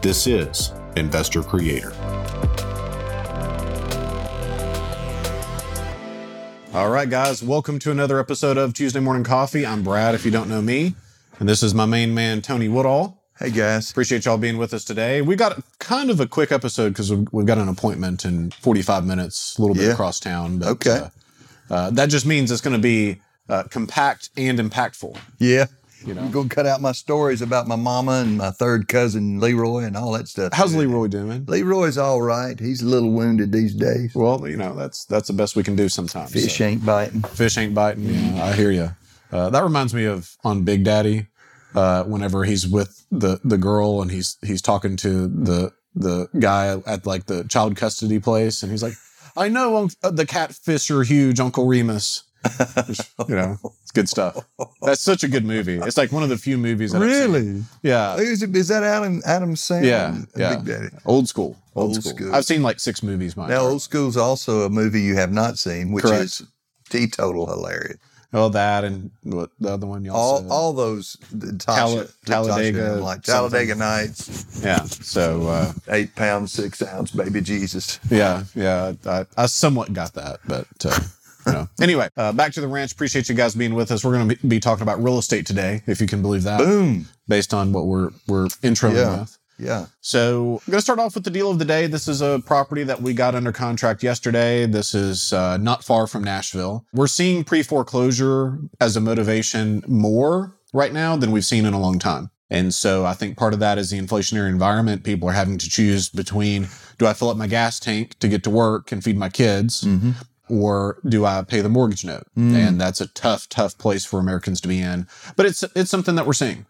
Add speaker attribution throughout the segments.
Speaker 1: This is Investor Creator. All right, guys, welcome to another episode of Tuesday Morning Coffee. I'm Brad, if you don't know me, and this is my main man, Tony Woodall.
Speaker 2: Hey guys.
Speaker 1: Appreciate y'all being with us today. We got kind of a quick episode because we've, we've got an appointment in 45 minutes, a little bit
Speaker 2: Yeah.
Speaker 1: across town. But,
Speaker 2: Okay.
Speaker 1: uh, uh, that just means it's going to be uh, compact and impactful.
Speaker 2: Yeah.
Speaker 1: You know.
Speaker 2: I'm gonna cut out my stories about my mama and my third cousin Leroy and all that stuff.
Speaker 1: How's Leroy doing?
Speaker 2: Leroy's all right. He's a little wounded these days.
Speaker 1: Well, you know that's that's the best we can do sometimes. so.
Speaker 2: Fish ain't biting.
Speaker 1: fish ain't biting. Yeah, I hear you. Uh, that reminds me of on Big Daddy, uh, whenever he's with the the girl and he's he's talking to the the guy at like the child custody place, and he's like, "I know unc- uh, the catfish are huge, Uncle Remus." you know, it's good stuff. That's such a good movie. It's like one of the few movies. That I've seen. Yeah.
Speaker 2: Oh, Is, it, is that Adam Adam Sandler?
Speaker 1: Yeah, yeah.
Speaker 2: Big Daddy.
Speaker 1: Old school. Old,
Speaker 2: Old
Speaker 1: school.
Speaker 2: school.
Speaker 1: I've seen like six movies. My
Speaker 2: Now
Speaker 1: entire
Speaker 2: old school's also a movie you have not seen, which
Speaker 1: Correct.
Speaker 2: is teetotal hilarious.
Speaker 1: Oh, that and what the other one y'all
Speaker 2: All
Speaker 1: said.
Speaker 2: all those the
Speaker 1: Talla-
Speaker 2: Tasha,
Speaker 1: Talladega
Speaker 2: Tasha, like
Speaker 1: something.
Speaker 2: Talladega Nights,
Speaker 1: yeah. So uh,
Speaker 2: eight pounds, six ounce, baby Jesus.
Speaker 1: yeah, yeah. I, I somewhat got that, but uh, you know. Anyway, uh, back to the ranch. Appreciate you guys being with us. We're going to be talking about real estate today, if you can believe that,
Speaker 2: Boom.
Speaker 1: based on what we're we're introing
Speaker 2: Yeah.
Speaker 1: with.
Speaker 2: Yeah.
Speaker 1: So I'm going to start off with the deal of the day. This is a property that we got under contract yesterday. This is uh, not far from Nashville. We're seeing pre foreclosure as a motivation more right now than we've seen in a long time. And so I think part of that is the inflationary environment. People are having to choose between do I fill up my gas tank to get to work and feed my kids?
Speaker 2: Mm-hmm.
Speaker 1: or do I pay the mortgage note?
Speaker 2: Mm.
Speaker 1: And that's a tough, tough place for Americans to be in. But it's it's something that we're seeing.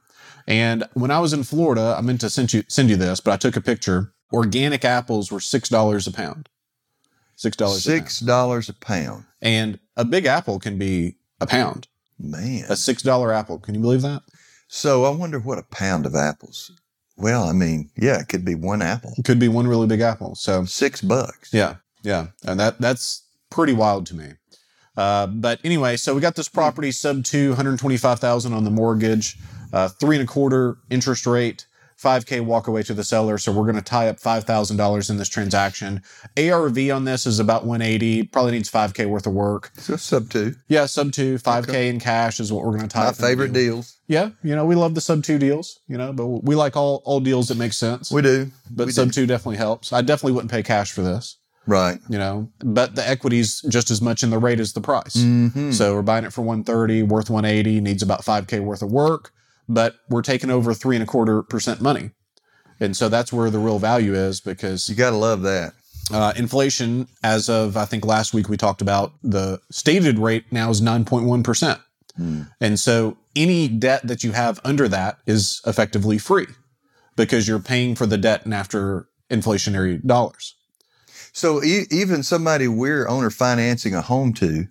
Speaker 1: And when I was in Florida, I meant to send you send you this, but I took a picture. Organic apples were six dollars a pound. Six dollars
Speaker 2: Six dollars a pound.
Speaker 1: And a big apple can be a pound.
Speaker 2: Man.
Speaker 1: A six dollar apple. Can you believe that?
Speaker 2: So I wonder what a pound of apples. Well, I mean, yeah, it could be one apple,
Speaker 1: It could be one really big apple. So
Speaker 2: six bucks.
Speaker 1: Yeah, yeah, and that that's pretty wild to me. Uh, but anyway, so we got this property sub two, hundred twenty five thousand on the mortgage, uh, three and a quarter interest rate, five k walk away to the seller. So we're going to tie up five thousand dollars in this transaction. ARV on this is about one eighty. Probably needs five k worth of work.
Speaker 2: So sub two.
Speaker 1: Yeah, sub two, five k in cash is what we're going to tie.
Speaker 2: My
Speaker 1: up in the
Speaker 2: favorite
Speaker 1: deal.
Speaker 2: deals.
Speaker 1: Yeah, you know we love the sub two deals. You know, but we like all all deals that make sense.
Speaker 2: We do.
Speaker 1: but
Speaker 2: we
Speaker 1: sub
Speaker 2: do.
Speaker 1: two definitely helps. I definitely wouldn't pay cash for this
Speaker 2: Right.
Speaker 1: you know but the equity's just as much in the rate as the price
Speaker 2: Mm-hmm.
Speaker 1: so we're buying it for 130 worth 180 needs about 5k worth of work but we're taking over three and a quarter percent money and so that's where the real value is because
Speaker 2: You got to love that.
Speaker 1: uh, inflation as of i think last week we talked about the stated rate now is 9.1%
Speaker 2: Mm.
Speaker 1: and so any debt that you have under that is effectively free because you're paying for the debt and after inflationary dollars
Speaker 2: So e- even somebody we're owner financing a home to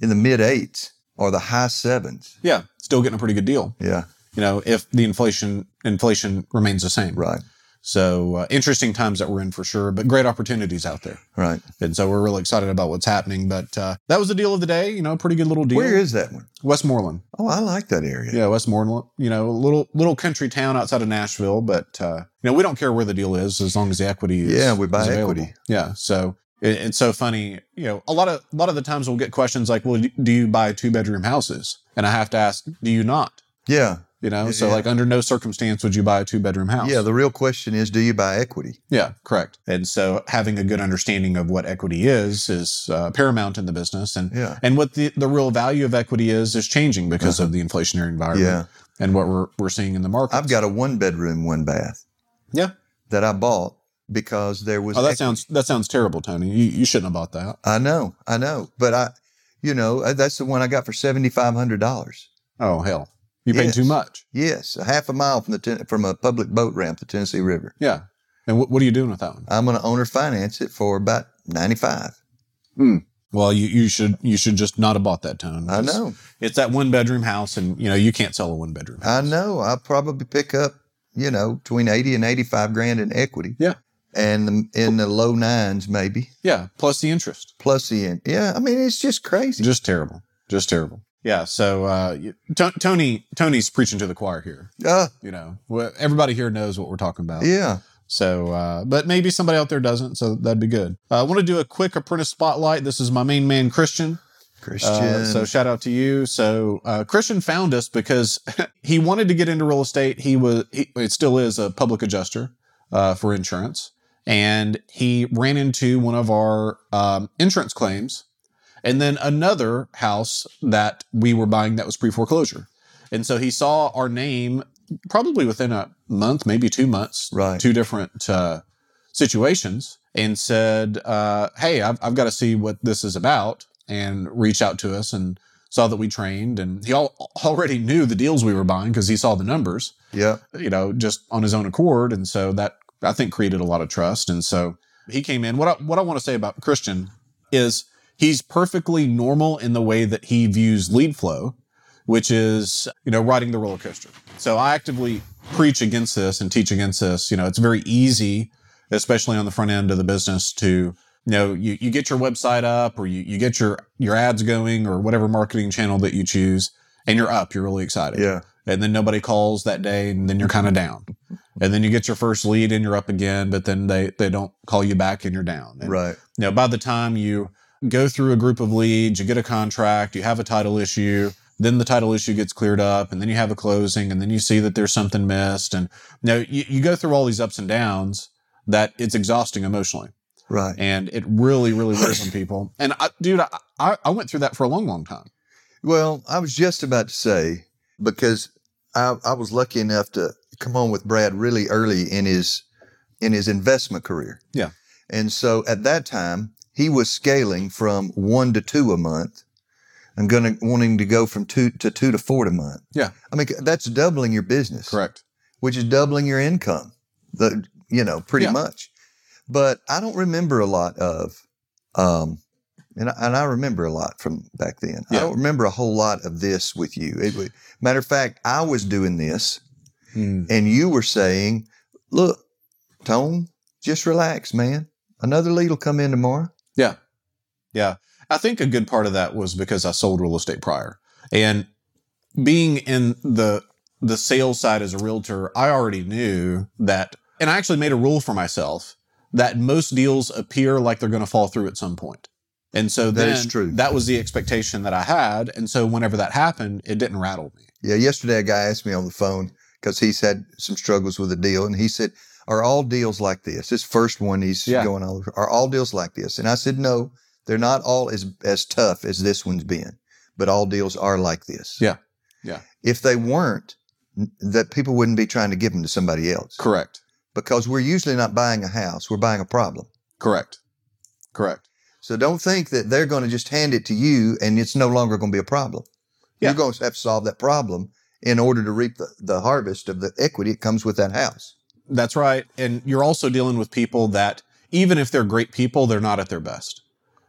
Speaker 2: in the mid eights or the high sevens.
Speaker 1: yeah still getting a pretty good deal
Speaker 2: Yeah.
Speaker 1: you know, if the inflation inflation remains the same.
Speaker 2: Right.
Speaker 1: So uh, interesting times that we're in for sure, but great opportunities out there,
Speaker 2: Right.
Speaker 1: and so we're really excited about what's happening. But uh, that was the deal of the day. You know, pretty good little deal.
Speaker 2: Where is that one?
Speaker 1: Westmoreland?
Speaker 2: Oh, I like that area.
Speaker 1: Yeah, Westmoreland. You know, a little little country town outside of Nashville, but uh, you know, we don't care where the deal is as long as the equity. Is,
Speaker 2: Yeah, we buy
Speaker 1: is available.
Speaker 2: equity.
Speaker 1: Yeah, so. it- It's so funny, you know. A lot of a lot of the times we'll get questions like, "Well, do you buy two bedroom houses?" And I have to ask, "Do you not?"
Speaker 2: Yeah.
Speaker 1: You know, so
Speaker 2: Yeah.
Speaker 1: like under no circumstance would you buy a two bedroom house.
Speaker 2: Yeah. The real question is, do you buy equity?
Speaker 1: yeah, correct. And so having a good understanding of what equity is is uh, paramount in the business, and
Speaker 2: Yeah.
Speaker 1: and what the the real value of equity is is changing because of the inflationary environment
Speaker 2: Uh-huh. Yeah.
Speaker 1: and what we're we're seeing in the market.
Speaker 2: I've got a one bedroom, one bath.
Speaker 1: Yeah.
Speaker 2: That I bought because there was.
Speaker 1: Oh, that
Speaker 2: equ-
Speaker 1: sounds that sounds terrible, Tony. You you shouldn't have bought that.
Speaker 2: I know, I know, but I, you know, uh, that's the one I got for seventy five hundred dollars.
Speaker 1: Oh hell. You paid too
Speaker 2: Yes.
Speaker 1: much.
Speaker 2: Yes, a half a mile from the ten, from a public boat ramp, the Tennessee River.
Speaker 1: Yeah. And what, what are you doing with that one?
Speaker 2: I'm going to owner finance it for about ninety five.
Speaker 1: Well, you, you should you should just not have bought that tone.
Speaker 2: I know,
Speaker 1: It's that one bedroom house, and you know you can't sell a one bedroom.
Speaker 2: I know. I'll probably pick up you know between eighty and eighty five grand in equity.
Speaker 1: Yeah.
Speaker 2: and the, in the low nines maybe.
Speaker 1: Yeah, plus the interest.
Speaker 2: Plus the end. Yeah, I mean it's just crazy.
Speaker 1: Just terrible. Just terrible. Yeah. So uh, you- Ton- Tony Tony's preaching to the choir here.
Speaker 2: Uh,
Speaker 1: You know, Well, everybody here knows what we're talking about.
Speaker 2: yeah.
Speaker 1: So, uh, but maybe somebody out there doesn't. So that'd be good. Uh, I want to do a quick apprentice spotlight. This is my main man, Christian.
Speaker 2: Christian.
Speaker 1: Uh, so shout out to you. So uh, Christian found us because he wanted to get into real estate. He was he, it still is a public adjuster uh, for insurance, and he ran into one of our um, insurance claims, and then another house that we were buying that was pre foreclosure, and so he saw our name probably within a month, maybe two months,
Speaker 2: right.
Speaker 1: two different uh, situations and said, uh, Hey, I've, I've got to see what this is about and reach out to us and saw that we trained. And he al- already knew the deals we were buying because he saw the numbers,
Speaker 2: yeah.
Speaker 1: you know, just on his own accord. And so that I think created a lot of trust. And so he came in. What I, what I want to say about Christian is he's perfectly normal in the way that he views lead flow, which is, you know, riding the roller coaster. So I actively preach against this and teach against this. You know, it's very easy, especially on the front end of the business to, you know, you, you get your website up or you, you get your, your ads going or whatever marketing channel that you choose and you're up. You're really excited
Speaker 2: Yeah.
Speaker 1: and then nobody calls that day and then you're kind of down and then you get your first lead and you're up again but then they they don't call you back and you're down and,
Speaker 2: Right.
Speaker 1: you know by the time you go through a group of leads you get a contract you have a title issue then the title issue gets cleared up and then you have a closing and then you see that there's something missed and you know you, you go through all these ups and downs that it's exhausting emotionally
Speaker 2: Right.
Speaker 1: and it really really wears on people and I, dude I, I i went through that for a long long time
Speaker 2: Well, I was just about to say because I, I was lucky enough to come on with Brad really early in his in his investment career.
Speaker 1: Yeah.
Speaker 2: And so at that time, he was scaling from one to two a month. and gonna wanting to go from two to two to four a month.
Speaker 1: Yeah.
Speaker 2: I mean that's doubling your business.
Speaker 1: correct
Speaker 2: which is doubling your income, the, you know, pretty
Speaker 1: Yeah.
Speaker 2: much. But I don't remember a lot of, um, and I, and I remember a lot from back then. I
Speaker 1: Yeah.
Speaker 2: don't remember a whole lot of this with you. It, wa- matter of fact, I was doing this,
Speaker 1: Hmm.
Speaker 2: and you were saying, "Look, Tone, just relax, man. Another lead will come in tomorrow."
Speaker 1: I think a good part of that was because I sold real estate prior. And being in the the sales side as a realtor, I already knew that and I actually made a rule for myself that most deals appear like they're going to fall through at some point. And so
Speaker 2: That
Speaker 1: then,
Speaker 2: is true.
Speaker 1: that was the expectation that I had. And so whenever that happened, it didn't rattle me.
Speaker 2: Yeah, yesterday a guy asked me on the phone because he's had some struggles with a deal, and he said, "Are all deals like this?" His first one, he's
Speaker 1: Yeah.
Speaker 2: going all over. Are all deals like this? And I said, "No, they're not all as as tough as this one's been, but all deals are like this."
Speaker 1: Yeah. Yeah.
Speaker 2: If they weren't, n- that people wouldn't be trying to give them to somebody else
Speaker 1: Correct.
Speaker 2: because we're usually not buying a house; we're buying a problem.
Speaker 1: Correct. Correct.
Speaker 2: So don't think that they're going to just hand it to you and it's no longer going to be a problem.
Speaker 1: Yeah.
Speaker 2: You're going to have to solve that problem in order to reap the, the harvest of the equity that comes with that house.
Speaker 1: That's right. And you're also dealing with people that, even if they're great people, they're not at their best.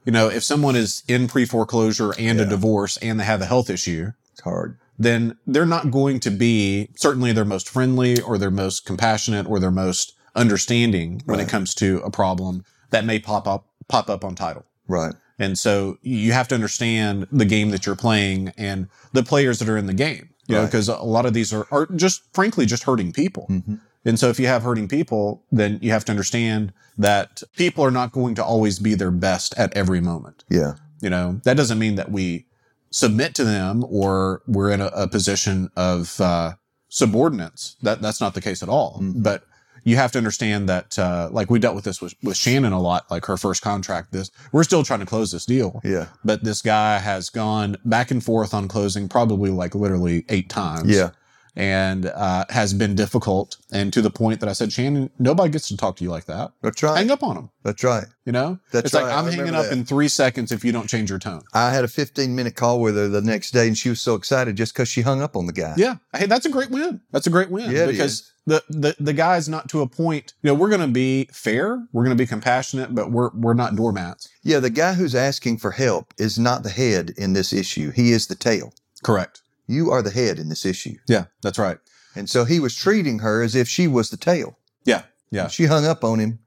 Speaker 1: You know, if someone is in pre foreclosure and a
Speaker 2: Yeah.
Speaker 1: divorce and they have a health issue,
Speaker 2: It's hard.
Speaker 1: then they're not going to be certainly their most friendly or their most compassionate or their most understanding when it
Speaker 2: Right.
Speaker 1: comes to a problem that may pop up pop up on title.
Speaker 2: Right.
Speaker 1: And so you have to understand the game that you're playing and the players that are in the game. You know,
Speaker 2: Right.
Speaker 1: because a lot of these are, are just frankly just hurting people.
Speaker 2: Mm-hmm.
Speaker 1: And so if you have hurting people, then you have to understand that people are not going to always be their best at every moment.
Speaker 2: Yeah.
Speaker 1: You know, that doesn't mean that we submit to them or we're in a, a position of uh, subordinates. That that's not the case at all.
Speaker 2: Mhm.
Speaker 1: But you have to understand that, uh, like we dealt with this with, with Shannon a lot, like her first contract. This we're still trying to close this deal,
Speaker 2: Yeah.
Speaker 1: but this guy has gone back and forth on closing probably like literally eight times.
Speaker 2: Yeah.
Speaker 1: and uh, has been difficult. And to the point that I said, Shannon, nobody gets to talk to you like that.
Speaker 2: That's right.
Speaker 1: Hang up on them.
Speaker 2: That's right.
Speaker 1: You know,
Speaker 2: That's
Speaker 1: it's
Speaker 2: right.
Speaker 1: like
Speaker 2: I
Speaker 1: I'm
Speaker 2: remember
Speaker 1: hanging up
Speaker 2: that.
Speaker 1: in three seconds if you don't change your tone.
Speaker 2: I had a 15 minute call with her the next day, and she was so excited just because she hung up on the guy.
Speaker 1: Yeah. Hey, that's a great win. That's a great win.
Speaker 2: Yeah, it
Speaker 1: because the, the the guy's not to a point, you know, we're gonna be fair, we're gonna be compassionate, but we're we're not doormats.
Speaker 2: Yeah, the guy who's asking for help is not the head in this issue. He is the tail.
Speaker 1: Correct.
Speaker 2: You are the head in this issue.
Speaker 1: Yeah, that's right.
Speaker 2: And so he was treating her as if she was the tail.
Speaker 1: Yeah. Yeah.
Speaker 2: She hung up on him.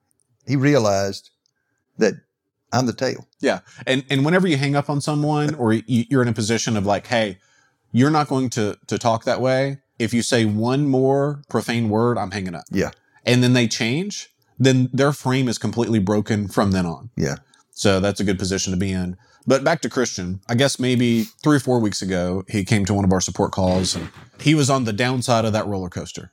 Speaker 2: He realized that I'm the tail.
Speaker 1: Yeah. And and whenever you hang up on someone or you, you're in a position of like, hey, you're not going to to talk that way. If you say one more profane word, I'm hanging up.
Speaker 2: Yeah.
Speaker 1: And then they change, then their frame is completely broken from then on.
Speaker 2: Yeah.
Speaker 1: So that's a good position to be in. But back to Christian, I guess maybe three or four weeks ago, he came to one of our support calls and he was on the downside of that roller coaster.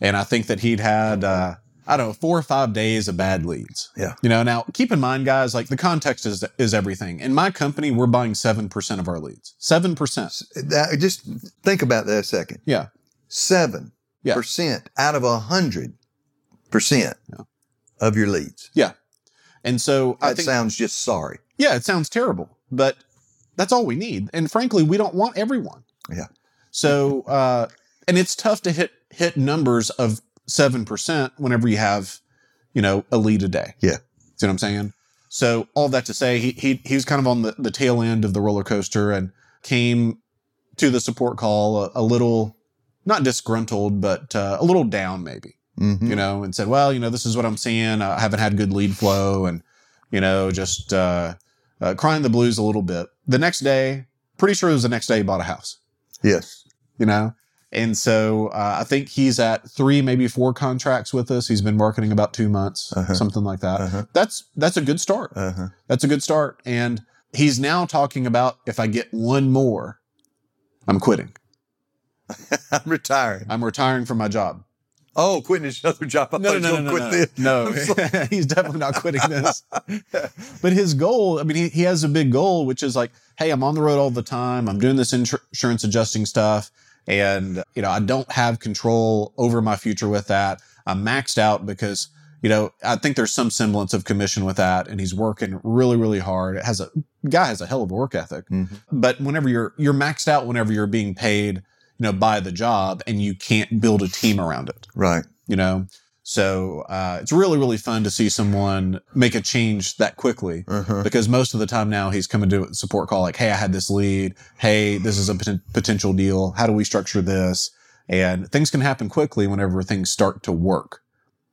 Speaker 1: And I think that he'd had, uh, I don't know, four or five days of bad leads.
Speaker 2: Yeah.
Speaker 1: You know, now keep in mind, guys, like the context is, is everything. In my company, we're buying 7% of our leads. 7%.
Speaker 2: That, just think about that a second.
Speaker 1: Yeah.
Speaker 2: Seven
Speaker 1: Yeah.
Speaker 2: percent out of a hundred percent of your leads.
Speaker 1: And so I
Speaker 2: That
Speaker 1: think,
Speaker 2: sounds just sorry.
Speaker 1: yeah, it sounds terrible, but that's all we need. And frankly, we don't want everyone.
Speaker 2: Yeah.
Speaker 1: So, uh, and it's tough to hit hit numbers of seven percent whenever you have, you know, a lead a day.
Speaker 2: Yeah.
Speaker 1: see what I'm saying? So all that to say, he he he was kind of on the the tail end of the roller coaster and came to the support call a, a little not disgruntled, but uh, a little down maybe
Speaker 2: Mm-hmm.
Speaker 1: you know, and said, well, you know, this is what I'm seeing. I haven't had good lead flow and, you know, just uh, uh, crying the blues a little bit. The next day, pretty sure it was the next day he bought a house,
Speaker 2: Yes.
Speaker 1: you know? And so uh, I think he's at three, maybe four contracts with us. He's been marketing about two months,
Speaker 2: Uh-huh.
Speaker 1: something like that.
Speaker 2: Uh-huh.
Speaker 1: That's that's a good start.
Speaker 2: Uh-huh.
Speaker 1: That's a good start. And he's now talking about if I get one more, I'm quitting.
Speaker 2: I'm retiring.
Speaker 1: I'm retiring from my job.
Speaker 2: Oh, quitting another job. I
Speaker 1: no,
Speaker 2: thought you
Speaker 1: no,
Speaker 2: were
Speaker 1: no,
Speaker 2: quit
Speaker 1: no,
Speaker 2: this.
Speaker 1: no,
Speaker 2: I'm
Speaker 1: no. he's definitely not quitting this. but his goal, I mean, he, he has a big goal, which is like, hey, I'm on the road all the time. I'm doing this insur- insurance adjusting stuff. And, you know, I don't have control over my future with that. I'm maxed out because, you know, I think there's some semblance of commission with that. And he's working really, really hard. It has a guy has a hell of a work ethic
Speaker 2: Mhm.
Speaker 1: but whenever you're you're maxed out whenever you're being paid you know by the job and you can't build a team around it
Speaker 2: Right.
Speaker 1: you know so uh, it's really really fun to see someone make a change that quickly
Speaker 2: Uh-huh.
Speaker 1: because most of the time now he's coming to a support call like hey i had this lead hey this is a poten- potential deal how do we structure this and things can happen quickly whenever things start to work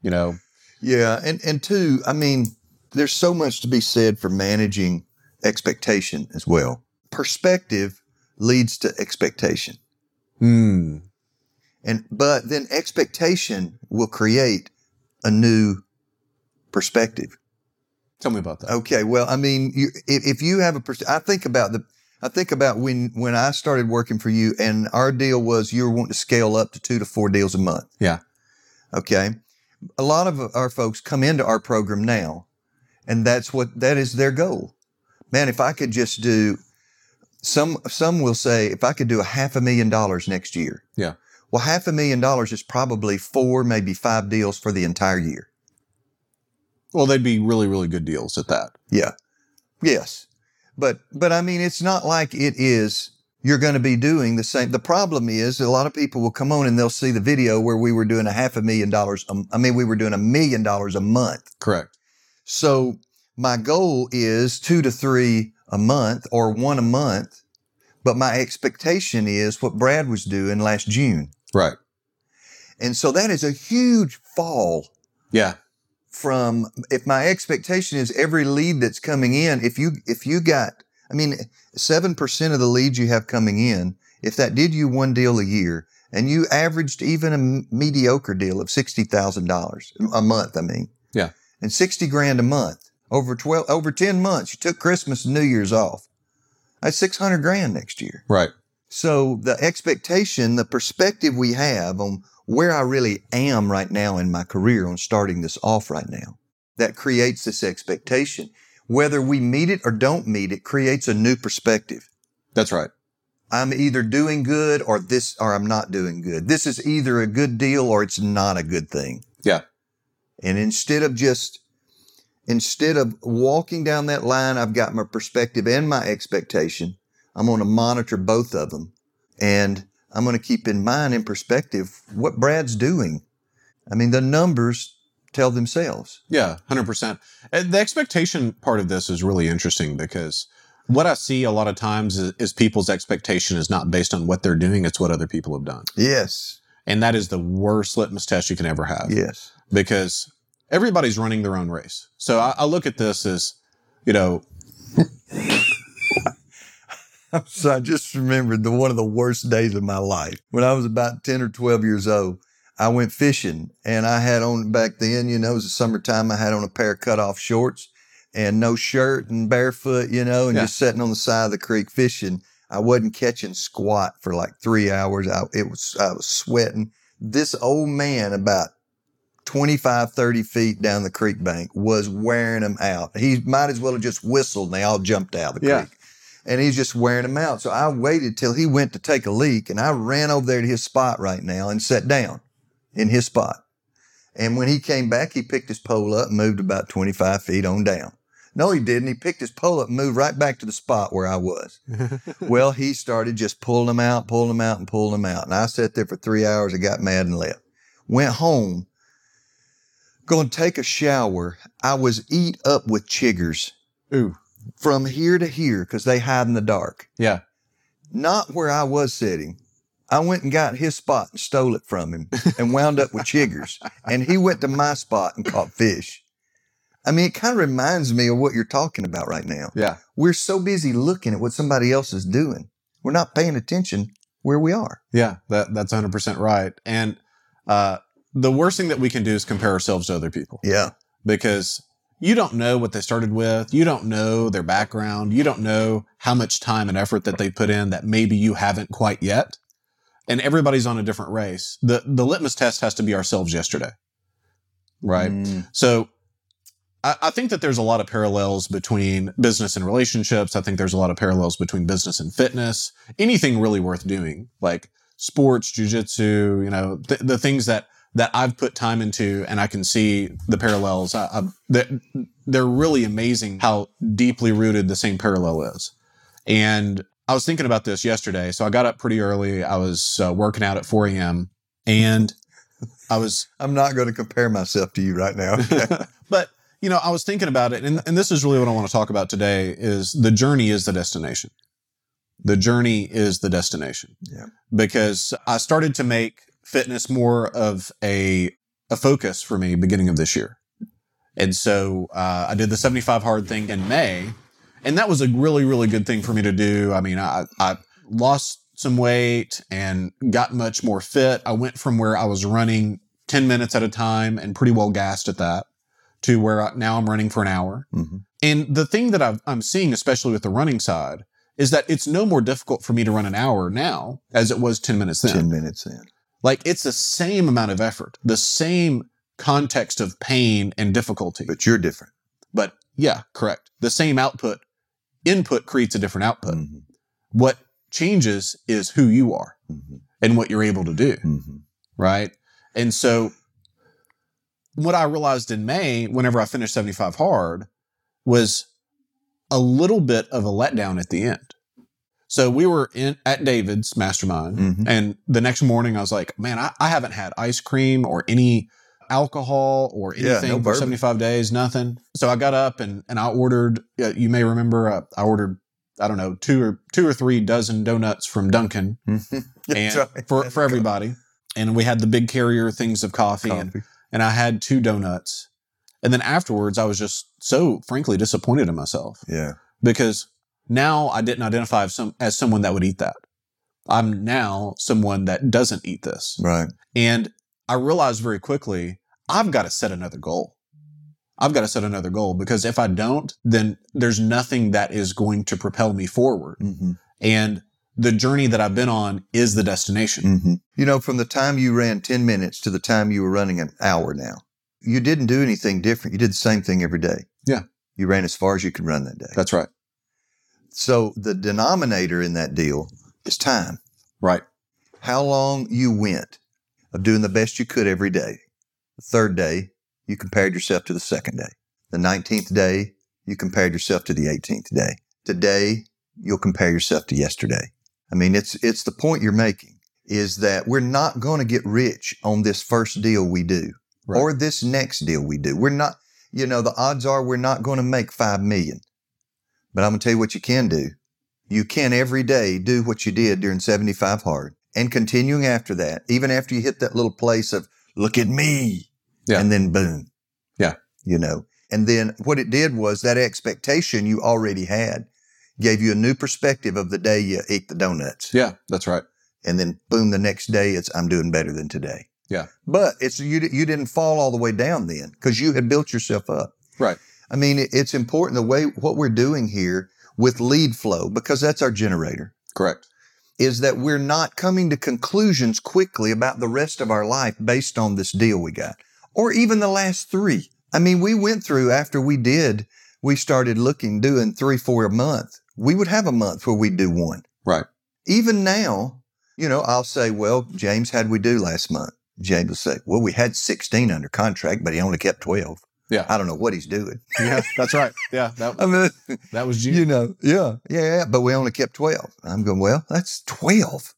Speaker 1: you know
Speaker 2: Yeah, and and two, I mean, there's so much to be said for managing expectation as well. Perspective leads to expectation.
Speaker 1: Hmm.
Speaker 2: And but then expectation will create a new perspective.
Speaker 1: tell me about that
Speaker 2: Okay, well, I mean, you, if, if you have a pers- I think about the I think about when when I started working for you and our deal was you were wanting to scale up to 2 to 4 deals a month.
Speaker 1: Yeah.
Speaker 2: Okay. A lot of our folks come into our program now and that's what that is their goal. Man, if I could just do some some will say if I could do a half a million dollars next year.
Speaker 1: Yeah.
Speaker 2: Well, half a million dollars is probably 4 maybe 5 deals for the entire year.
Speaker 1: well they'd be really really good deals at that
Speaker 2: Yeah. Yes. But but I mean it's not like it is you're going to be doing the same. The problem is a lot of people will come on and they'll see the video where we were doing a half a million dollars a m- I mean we were doing a million dollars a month.
Speaker 1: correct
Speaker 2: So my goal is 2 to 3 a month or 1 a month. But my expectation is what Brad was doing last June.
Speaker 1: right
Speaker 2: And so that is a huge fall
Speaker 1: yeah
Speaker 2: from if my expectation is every lead that's coming in if you if you got i mean 7% of the leads you have coming in if that did you one deal a year and you averaged even a mediocre deal of $60,000 a month i mean
Speaker 1: Yeah.
Speaker 2: and 60 grand a month over 12 over 10 months you took christmas and new year's off that's 600 grand next year
Speaker 1: right
Speaker 2: so the expectation, the perspective we have on where I really am right now in my career on starting this off right now, that creates this expectation. Whether we meet it or don't meet it creates a new perspective.
Speaker 1: that's right
Speaker 2: I'm either doing good or this, or I'm not doing good. This is either a good deal or it's not a good thing.
Speaker 1: Yeah.
Speaker 2: And instead of just, instead of walking down that line, I've got my perspective and my expectation. I'm going to monitor both of them and I'm going to keep in mind in perspective what Brad's doing. I mean, the numbers tell themselves.
Speaker 1: Yeah, hundred percent. The expectation part of this is really interesting because what I see a lot of times is, is people's expectation is not based on what they're doing; it's what other people have done,
Speaker 2: Yes.
Speaker 1: and that is the worst litmus test you can ever have
Speaker 2: Yes.
Speaker 1: because everybody's running their own race. So I, I look at this as, you know,
Speaker 2: So I just remembered the one of the worst days of my life. When I was about 10 or 12 years old, I went fishing and I had on back then, you know, it was the summertime. I had on a pair of cutoff shorts and no shirt and barefoot, you know, and
Speaker 1: Yeah.
Speaker 2: just sitting on the side of the creek fishing. I wasn't catching squat for like three hours. I, it was, I was sweating. This old man about 25, 30 feet down the creek bank was wearing them out. He might as well have just whistled and they all jumped out of the
Speaker 1: Yeah.
Speaker 2: creek and he's just wearing them out. So I waited till he went to take a leak and I ran over there to his spot right now and sat down in his spot. And when he came back, he picked his pole up and moved about 25 feet on down. No, he didn't. He picked his pole up and moved right back to the spot where I was. well, he started just pulling them out, pulling them out, and pulling them out. And I sat there for three hours. I got mad and left. Went home, going to take a shower. I was eat up with chiggers
Speaker 1: ooh,
Speaker 2: from here to here because they hide in the dark.
Speaker 1: yeah,
Speaker 2: Not where I was sitting. I went and got his spot and stole it from him and wound up with chiggers. And he went to my spot and caught fish. I mean, it kind of reminds me of what you're talking about right now.
Speaker 1: yeah,
Speaker 2: We're so busy looking at what somebody else is doing, we're not paying attention where we are.
Speaker 1: yeah. That that's hundred percent right. And uh, the worst thing that we can do is compare ourselves to other people.
Speaker 2: Yeah.
Speaker 1: because you don't know what they started with. You don't know their background. You don't know how much time and effort that they put in that maybe you haven't quite yet. And everybody's on a different race. The the litmus test has to be ourselves yesterday. Right.
Speaker 2: Mm,
Speaker 1: So I, I think that there's a lot of parallels between business and relationships. I think there's a lot of parallels between business and fitness. Anything really worth doing, like sports, jujitsu, you know, th- the things that that I've put time into, and I can see the parallels. I, I, they're, they're really amazing how deeply rooted the same parallel is. And I was thinking about this yesterday. So I got up pretty early. I was uh, working out at 4 a.m. and I was
Speaker 2: I'm not going to compare myself to you right now.
Speaker 1: but you know, I was thinking about it, and, and this is really what I want to talk about today: is the journey is the destination. The journey is the destination.
Speaker 2: Yeah.
Speaker 1: Because I started to make fitness more of a a focus for me beginning of this year, and so uh, I did the seventy five hard thing in May, and that was a really really good thing for me to do. I mean, I I lost some weight and got much more fit. I went from where I was running ten minutes at a time and pretty well gassed at that to where I, now I'm running for an hour.
Speaker 2: Mhm.
Speaker 1: And the thing that I've, I'm seeing, especially with the running side, is that it's no more difficult for me to run an hour now as it was 10 minutes then.
Speaker 2: 10 minutes in.
Speaker 1: Like it's the same amount of effort, the same context of pain and difficulty. But,
Speaker 2: But you're different.
Speaker 1: yeah, correct. The same output. Input creates a different output.
Speaker 2: Mhm,
Speaker 1: What changes is who you are
Speaker 2: mhm,
Speaker 1: and what you're able to do.
Speaker 2: mhm.
Speaker 1: right? And so, what I realized in May, whenever I finished 75 hard, was a little bit of a letdown at the end. So we were in at David's mastermind,
Speaker 2: Mhm.
Speaker 1: and the next morning I was like, "Man, I, I haven't had ice cream or any alcohol or
Speaker 2: Yeah, no
Speaker 1: anything for
Speaker 2: bourbon.
Speaker 1: 75 days, nothing." So I got up and and I ordered. Uh, you may remember uh, I ordered I don't know two or two or three dozen donuts from Dunkin' and
Speaker 2: That's right.
Speaker 1: for, for everybody. And we had the big carrier things of coffee, And,
Speaker 2: Coffee.
Speaker 1: and I had two donuts. And then afterwards, I was just so frankly disappointed in myself
Speaker 2: Yeah.
Speaker 1: because now I didn't identify as, some, as someone that would eat that. I'm now someone that doesn't eat this.
Speaker 2: Right.
Speaker 1: And I realized very quickly I've got to set another goal. I've got to set another goal because if I don't, then there's nothing that is going to propel me forward.
Speaker 2: hmm
Speaker 1: And the journey that I've been on is the destination.
Speaker 2: Mm, Mm-hmm. You know, from the time you ran 10 minutes to the time you were running an hour now, you didn't do anything different. You did the same thing every day.
Speaker 1: Yeah.
Speaker 2: You ran as far as you could run that day.
Speaker 1: That's right.
Speaker 2: So the denominator in that deal is time.
Speaker 1: Right.
Speaker 2: How long you went of doing the best you could every day. The third day, you compared yourself to the second day. The 19th day, you compared yourself to the 18th day. Today, you'll compare yourself to yesterday. I mean, it's, it's the point you're making is that we're not going to get rich on this first deal we do
Speaker 1: Right.
Speaker 2: or this next deal we do. We're not, you know, the odds are we're not going to make 5 million. But I'm going to tell you what you can do. You can every day do what you did during 75 hard and continuing after that, even after you hit that little place of look at me.
Speaker 1: Yeah.
Speaker 2: And then boom.
Speaker 1: Yeah.
Speaker 2: You know, and then what it did was that expectation you already had gave you a new perspective of the day you ate the donuts.
Speaker 1: Yeah, that's right.
Speaker 2: And then boom, the next day it's I'm doing better than today.
Speaker 1: Yeah.
Speaker 2: But it's you di- you didn't fall all the way down then because you had built yourself up.
Speaker 1: Right.
Speaker 2: I mean, it- it's important the way what we're doing here with lead flow because that's our generator
Speaker 1: Correct.
Speaker 2: is that we're not coming to conclusions quickly about the rest of our life based on this deal we got or even the last three. I mean, we went through after we did, we started looking, doing three, four a month. We would have a month where we'd do one.
Speaker 1: Right.
Speaker 2: Even now, you know, I'll say, well, James, how'd we do last month? James will say, well, we had 16 under contract, but he only kept 12.
Speaker 1: Yeah.
Speaker 2: I don't know what he's doing.
Speaker 1: Yeah, that's right. Yeah, that
Speaker 2: I mean,
Speaker 1: that was
Speaker 2: you
Speaker 1: Uh, you.
Speaker 2: know, yeah, yeah, yeah, but we only kept 12. I'm going, well, that's 12.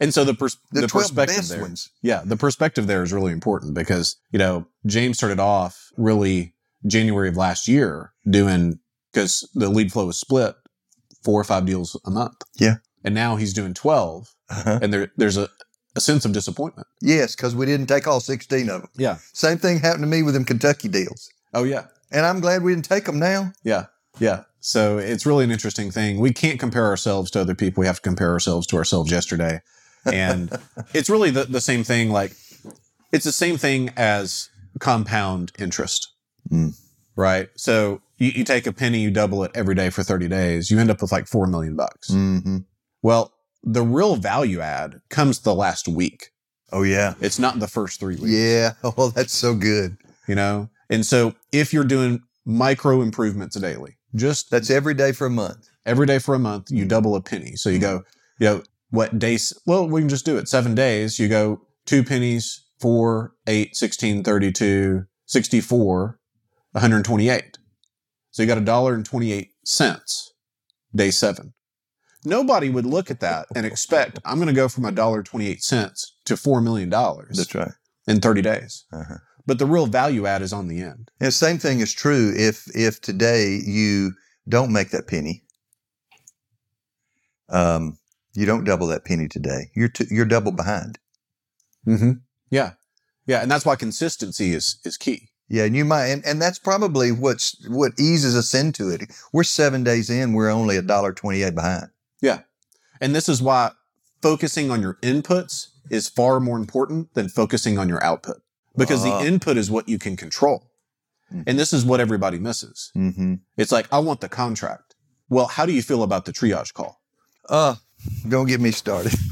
Speaker 1: And so the pers-
Speaker 2: The,
Speaker 1: the,
Speaker 2: 12
Speaker 1: perspective
Speaker 2: best
Speaker 1: there.
Speaker 2: ones.
Speaker 1: Yeah, the perspective there is really important because, you know, James started off really January of last year doing because the lead flow was split four or five deals a month.
Speaker 2: Yeah.
Speaker 1: And now he's doing 12
Speaker 2: Uh-huh.
Speaker 1: and there there's a, a sense of disappointment.
Speaker 2: Yes, because we didn't take all 16 of them.
Speaker 1: Yeah.
Speaker 2: Same thing happened to me with them Kentucky deals.
Speaker 1: Oh yeah.
Speaker 2: And I'm glad we didn't take them now.
Speaker 1: Yeah. Yeah. So it's really an interesting thing. We can't compare ourselves to other people. We have to compare ourselves to ourselves yesterday. And it's really the, the same thing. Like, it's the same thing as compound interest,
Speaker 2: Mm.
Speaker 1: right? So you, you take a penny, you double it every day for 30 days, you end up with like 4 million bucks.
Speaker 2: Mm-hmm.
Speaker 1: Well, the real value add comes the last week.
Speaker 2: Oh, yeah.
Speaker 1: It's not the first three weeks
Speaker 2: Yeah. Oh, that's so good.
Speaker 1: you know and so if you're doing micro improvements daily just
Speaker 2: That's every day for a month.
Speaker 1: every day for a month you double a penny so you go you know what days well we can just do it seven days you go two pennies four eight 16 32 64 128 so you got a dollar and 28 cents day seven nobody would look at that and expect i'm going to go from a dollar 28 cents to four million dollars
Speaker 2: right.
Speaker 1: in 30 days
Speaker 2: Uh-huh.
Speaker 1: but the real value add is on the end
Speaker 2: And the same thing is true if if today you don't make that penny. Um, you don't double that penny today. You're two, you're double behind.
Speaker 1: Mm-hmm. Yeah, yeah, and that's why consistency is is key.
Speaker 2: Yeah, and you might, and, and that's probably what's what eases us into it. We're seven days in. We're only a dollar twenty eight behind.
Speaker 1: And this is why focusing on your inputs is far more important than focusing on your output because
Speaker 2: Ah.
Speaker 1: the input is what you can control.
Speaker 2: Mhm.
Speaker 1: And this is what everybody misses.
Speaker 2: Mm-hmm.
Speaker 1: It's like I want the contract. Well, how do you feel about the triage call?
Speaker 2: Uh, don't get me started.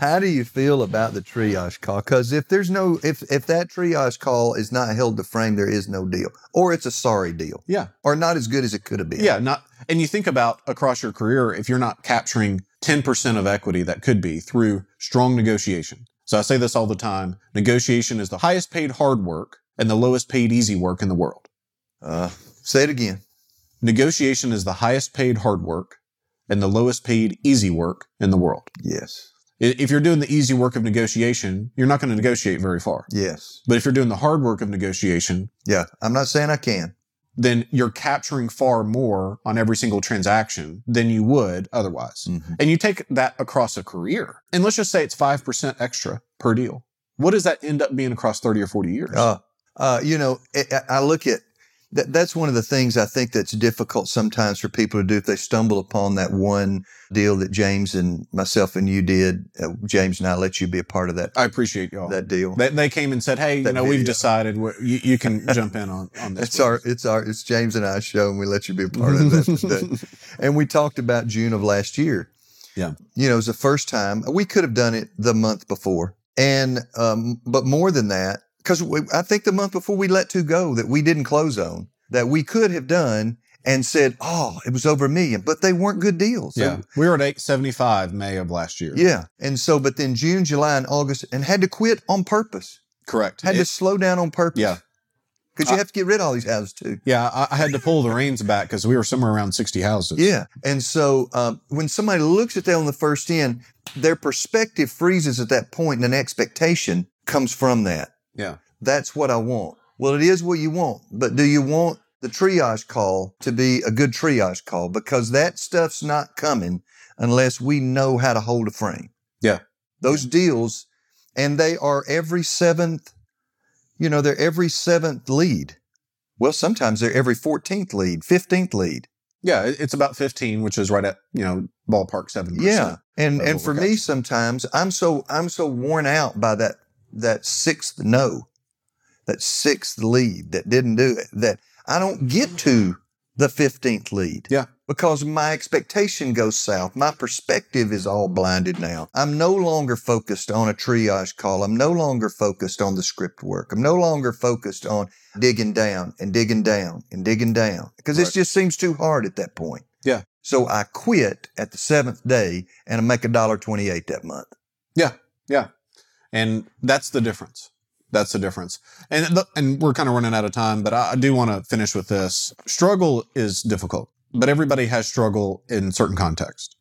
Speaker 2: How do you feel about the triage call? Because if there's no, if if that triage call is not held to frame, there is no deal, or it's a sorry deal,
Speaker 1: Yeah.
Speaker 2: or not as good as it could have been.
Speaker 1: Yeah, not and you think about across your career if you're not capturing 10% of equity that could be through strong negotiation. So I say this all the time, negotiation is the highest paid hard work and the lowest paid easy work in the world.
Speaker 2: Uh, say it again.
Speaker 1: Negotiation is the highest paid hard work and the lowest paid easy work in the world.
Speaker 2: Yes.
Speaker 1: I- If you're doing the easy work of negotiation, you're not going to negotiate very far.
Speaker 2: Yes.
Speaker 1: But if you're doing the hard work of negotiation,
Speaker 2: Yeah. I'm not saying I can.
Speaker 1: then you're capturing far more on every single transaction than you would otherwise.
Speaker 2: Mm-hmm.
Speaker 1: And you take that across a career, and let's just say it's 5% extra per deal. What does that end up being across 30 or 40 years?
Speaker 2: Uh, uh, you know, it, I- I look at that. That's one of the things I think that's difficult sometimes for people to do if they stumble upon that one deal that James and myself and you did. Uh, James and I let you be a part of that
Speaker 1: I appreciate y'all.
Speaker 2: that deal.
Speaker 1: they, they came and said, hey, you
Speaker 2: That
Speaker 1: know, we've
Speaker 2: video.
Speaker 1: decided we're- you, you can jump in on, on this.
Speaker 2: It's our, it's our, it's James and I's show, and we let you be a part of that today. and we talked about June of last year.
Speaker 1: Yeah.
Speaker 2: you know, it was the first time we could have done it the month before, and um, but more than that, because I think the month before we let two go that we didn't close on that we could have done, and said, "Oh, it was over a million, but they weren't good deals. They-
Speaker 1: yeah. We were at 875 May of last year.
Speaker 2: yeah. And so, but then June, July, and August, and had to quit on purpose.
Speaker 1: Correct.
Speaker 2: Had to
Speaker 1: It-
Speaker 2: slow down on purpose.
Speaker 1: Yeah.
Speaker 2: because you
Speaker 1: I-
Speaker 2: have to get rid of all these houses too.
Speaker 1: yeah. I, I had to pull the reins back because we were somewhere around 60 houses.
Speaker 2: Yeah, and so um, when somebody looks at that on the first end, their perspective freezes at that point, and an expectation comes from that.
Speaker 1: Yeah.
Speaker 2: That's what I want. Well, it is what you want, but do you want the triage call to be a good triage call? Because that stuff's not coming unless we know how to hold a frame.
Speaker 1: Yeah.
Speaker 2: Those deals, and they are every seventh, you know, they're every seventh lead. Well, sometimes they're every 14th lead, 15th lead.
Speaker 1: Yeah. it- It's about 15, which is right at, you know, ballpark 7%.
Speaker 2: Yeah, and
Speaker 1: of
Speaker 2: and
Speaker 1: what
Speaker 2: for
Speaker 1: we're
Speaker 2: me,
Speaker 1: catching.
Speaker 2: sometimes I'm so I'm so worn out by that that sixth no, that sixth lead that didn't do it that I don't get to the fifteenth lead.
Speaker 1: Yeah.
Speaker 2: because my expectation goes south. My perspective is all blinded now. I'm no longer focused on a triage call. I'm no longer focused on the script work. I'm no longer focused on digging down and digging down and digging down because
Speaker 1: Right.
Speaker 2: it just seems too hard at that point. So I quit at the seventh day and I make a dollar twenty eight that month.
Speaker 1: And that's the difference. That's the difference. And the, and we're kind of running out of time, but I, I do want to finish with this. Struggle is difficult, but everybody has struggle in certain context.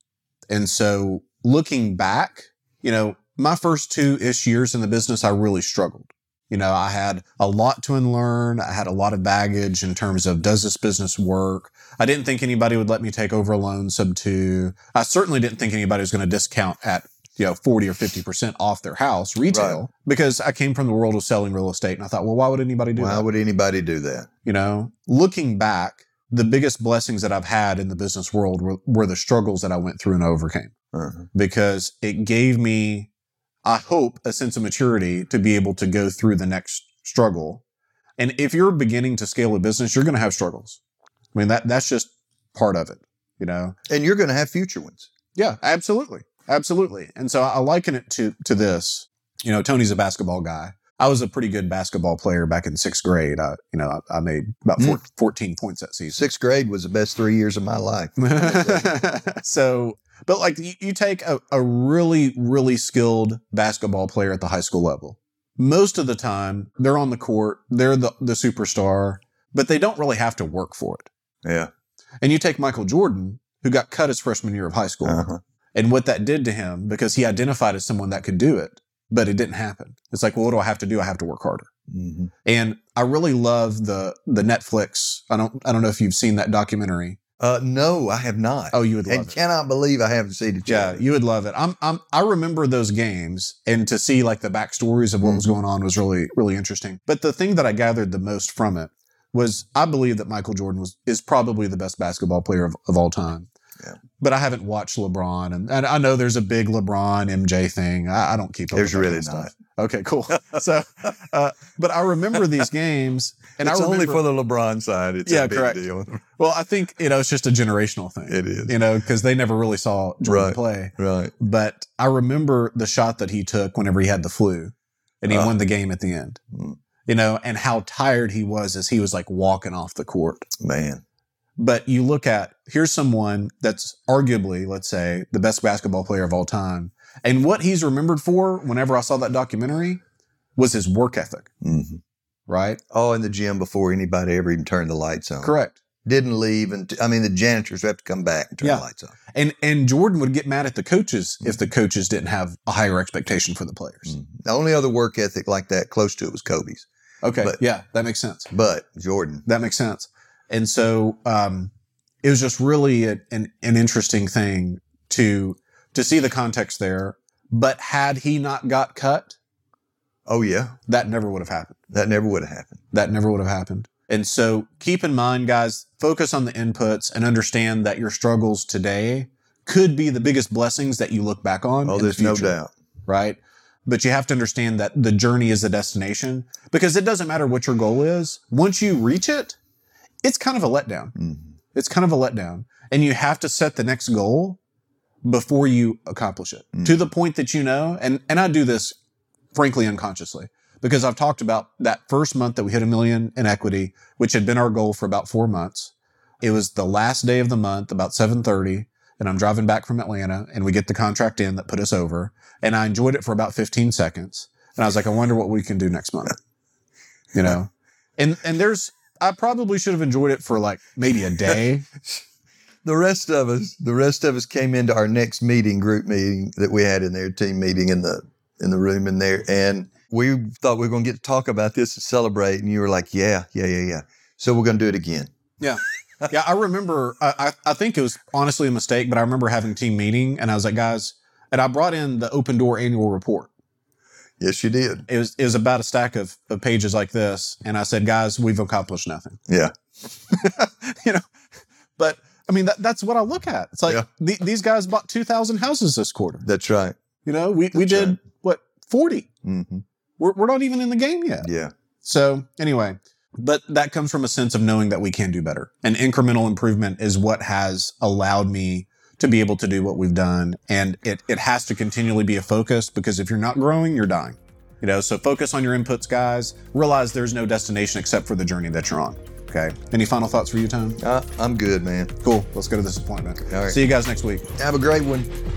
Speaker 1: And so looking back, you know, my first two ish years in the business, I really struggled. You know, I had a lot to unlearn. I had a lot of baggage in terms of does this business work? I didn't think anybody would let me take over a loan sub two. I certainly didn't think anybody was going to discount at you know 40 or 50% off their house retail because I came from the world of selling real estate and I thought, well, why would anybody do
Speaker 2: Why
Speaker 1: that?
Speaker 2: would anybody do that?
Speaker 1: You know, looking back, the biggest blessings that I've had in the business world were, were the struggles that I went through and overcame
Speaker 2: Uh-huh.
Speaker 1: because it gave me, I hope, a sense of maturity to be able to go through the next struggle. And if you're beginning to scale a business, you're going to have struggles. I mean, that that's just part of it, you know.
Speaker 2: And you're going to have future ones.
Speaker 1: Yeah, absolutely. Absolutely. And so I liken it to to this. You know, Tony's a basketball guy. I was a pretty good basketball player back in sixth grade. I, you know, I, I made about
Speaker 2: Hmm.
Speaker 1: four, 14 points that season.
Speaker 2: Sixth grade was the best three years of my life.
Speaker 1: so, but like you, you take a, a really, really skilled basketball player at the high school level. Most of the time, they're on the court, they're the, the superstar, but they don't really have to work for it.
Speaker 2: Yeah.
Speaker 1: And you take Michael Jordan, who got cut his freshman year of high school,
Speaker 2: Uh-huh.
Speaker 1: and what that did to him because he identified as someone that could do it, but it didn't happen. It's like, well, what do I have to do? I have to work harder.
Speaker 2: hmm
Speaker 1: And I really love the the Netflix. I don't I don't know if you've seen that documentary.
Speaker 2: Uh, no, I have not.
Speaker 1: Oh, you would love
Speaker 2: and
Speaker 1: it.
Speaker 2: cannot believe I haven't seen it.
Speaker 1: Yeah,
Speaker 2: yet.
Speaker 1: you would love it. I'm, I'm, I remember those games, and to see like the backstories of what
Speaker 2: Mm-hmm.
Speaker 1: was going on was really, really interesting. But the thing that I gathered the most from it was I believe that Michael Jordan was is probably the best basketball player of, of all time.
Speaker 2: Yeah.
Speaker 1: But I haven't watched LeBron, and, and I know there's a big LeBron MJ thing. I, I don't keep up.
Speaker 2: There's
Speaker 1: with that
Speaker 2: really
Speaker 1: kind of
Speaker 2: not.
Speaker 1: stuff. Okay, cool. So, uh, but I remember these games, and
Speaker 2: it's
Speaker 1: I
Speaker 2: only
Speaker 1: remember.
Speaker 2: for the LeBron side. It's
Speaker 1: Yeah,
Speaker 2: a big
Speaker 1: correct.
Speaker 2: deal.
Speaker 1: well, I think you know it's just a generational thing.
Speaker 2: It is.
Speaker 1: You know because they never really saw Jordan
Speaker 2: Right.
Speaker 1: play
Speaker 2: Right.
Speaker 1: but I remember the shot that he took whenever he had the flu and he
Speaker 2: Uh.
Speaker 1: won the game at the end.
Speaker 2: Mm.
Speaker 1: You know, and how tired he was as he was like walking off the court.
Speaker 2: Man.
Speaker 1: But you look at here's someone that's arguably, let's say, the best basketball player of all time. And what he's remembered for whenever I saw that documentary was his work ethic,
Speaker 2: Mhm.
Speaker 1: right?
Speaker 2: All Oh, in the gym before anybody ever even turned the lights on.
Speaker 1: Correct.
Speaker 2: Didn't leave. And I mean, the janitors have to come back and turn
Speaker 1: Yeah.
Speaker 2: the lights on.
Speaker 1: And and Jordan would get mad at the coaches
Speaker 2: Mm.
Speaker 1: if the coaches didn't have a higher expectation for the players.
Speaker 2: Mhm. The only other work ethic like that close to it was Kobe's.
Speaker 1: Okay.
Speaker 2: But-
Speaker 1: yeah, that makes sense.
Speaker 2: But Jordan,
Speaker 1: That makes sense. And so
Speaker 2: Mm-hmm.
Speaker 1: um, it was just really a, an an interesting thing to to see the context there. But had he not got cut,
Speaker 2: oh yeah,
Speaker 1: that never would have happened.
Speaker 2: that never would have happened.
Speaker 1: That never would have happened. And so keep in mind, guys, focus on the inputs and understand that your struggles today could be the biggest blessings that you look back on.
Speaker 2: Oh,
Speaker 1: in the
Speaker 2: there's no
Speaker 1: future,
Speaker 2: doubt.
Speaker 1: Right. But you have to understand that the journey is the destination because it doesn't matter what your goal is. Once you reach it, it's kind of a letdown.
Speaker 2: Mhm.
Speaker 1: It's kind of a letdown. And you have to set the next goal before you accomplish it
Speaker 2: Mm.
Speaker 1: to the point that you know. And, and I do this frankly unconsciously because I've talked about that first month that we hit a million in equity, which had been our goal for about four months. It was the last day of the month, about 7:30, and I'm driving back from Atlanta and we get the contract in that put us over, and I enjoyed it for about 15 seconds. And I was like, I wonder what we can do next month. You know. And and there's I probably should have enjoyed it for like maybe a day.
Speaker 2: The rest of us, the rest of us came into our next meeting, group meeting that we had in there, team meeting in the in the room in there, and we thought we were going to get to talk about this and celebrate, and you were like, "Yeah, yeah, yeah, yeah." So we're going to do it again.
Speaker 1: yeah, I remember. I, I I think it was honestly a mistake, but I remember having team meeting, and I was like, guys, and I brought in the open door annual report.
Speaker 2: Yes, you did.
Speaker 1: It was it was about a stack of, of pages like this, and I said, guys, we've accomplished nothing.
Speaker 2: Yeah.
Speaker 1: you know, but I mean that that's what I look at. It's like
Speaker 2: Yeah.
Speaker 1: the, these guys bought two thousand houses this quarter.
Speaker 2: That's right.
Speaker 1: You know, we we
Speaker 2: That's
Speaker 1: did
Speaker 2: right.
Speaker 1: what forty.
Speaker 2: hmm
Speaker 1: We're we're not even in the game yet.
Speaker 2: Yeah.
Speaker 1: So anyway, but that comes from a sense of knowing that we can do better. And incremental improvement is what has allowed me to be able to do what we've done. And it, it has to continually be a focus because if you're not growing, you're dying. You know, so focus on your inputs, guys. Realize there's no destination except for the journey that you're on. Okay. Any final thoughts for you, Tom?
Speaker 2: I, I'm good, man.
Speaker 1: Cool. Let's go to this appointment.
Speaker 2: All right.
Speaker 1: See you guys next week.
Speaker 2: Have a great one.